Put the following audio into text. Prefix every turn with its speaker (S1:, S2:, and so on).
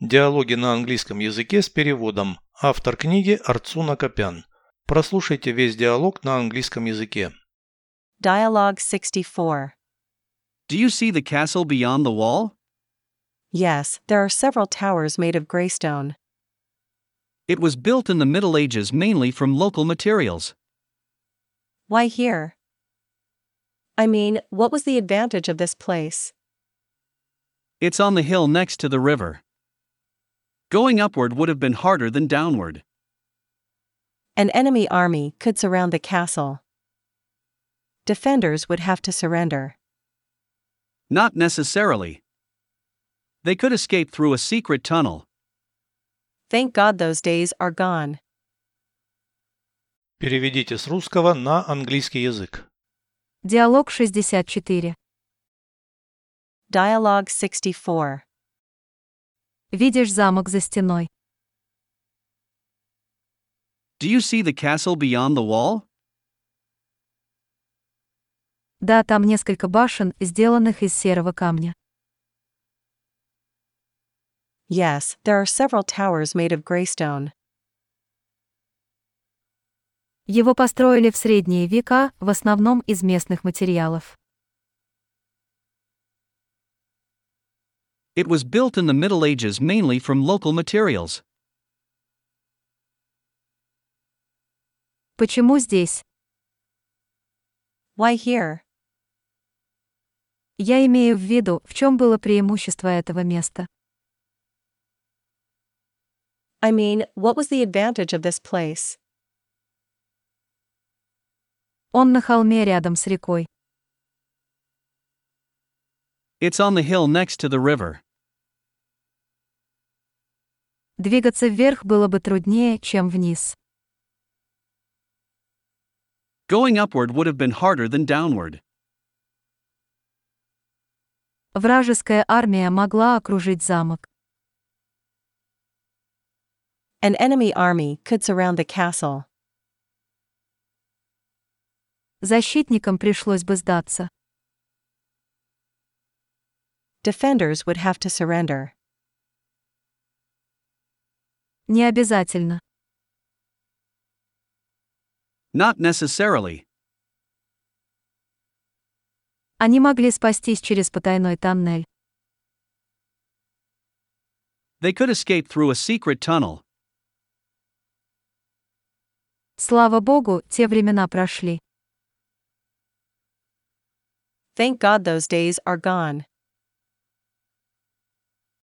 S1: Диалоги на английском языке с переводом. Автор книги Арцуна Копян. Прослушайте весь диалог на английском языке.
S2: Dialogue 64.
S3: Do you see the castle beyond the wall?
S2: Yes, there are several towers made of grey stone.
S3: It was built in the Middle Ages mainly from local materials.
S2: Why here? I mean, what was the advantage of this place?
S3: It's on the hill next to the river. Going upward would have been harder than downward.
S2: An enemy army could surround the castle. Defenders would have to surrender.
S3: Not necessarily. They could escape through a secret tunnel.
S2: Thank God those days are gone.
S1: Переведите с русского на английский язык.
S4: Диалог 64.
S2: Dialogue 64.
S4: Видишь замок за стеной.
S3: Do you see the castle beyond the wall?
S4: Да, а там несколько башен, сделанных из серого камня.
S2: Yes, there are several towers made of grey stone.
S4: Его построили в средние века, в основном из местных материалов.
S3: It was built in the Middle Ages mainly from local materials.
S4: Почему здесь?
S2: Why here?
S4: Я имею в виду, в чем было преимущество этого места.
S2: I mean, what was the advantage of this place?
S4: Он на холме рядом с рекой.
S3: It's on the hill next to the river.
S4: Двигаться вверх было бы труднее, чем вниз.
S3: Going upward would have been harder than downward.
S4: Вражеская армия могла окружить замок.
S2: An enemy army could surround the castle.
S4: Защитникам пришлось бы сдаться.
S2: Defenders would have to surrender.
S4: Не обязательно.
S3: Not necessarily.
S4: Они могли спастись через потайной тоннель.
S3: They could escape through a secret tunnel.
S4: Слава богу, те времена прошли.
S2: Thank God those days are gone.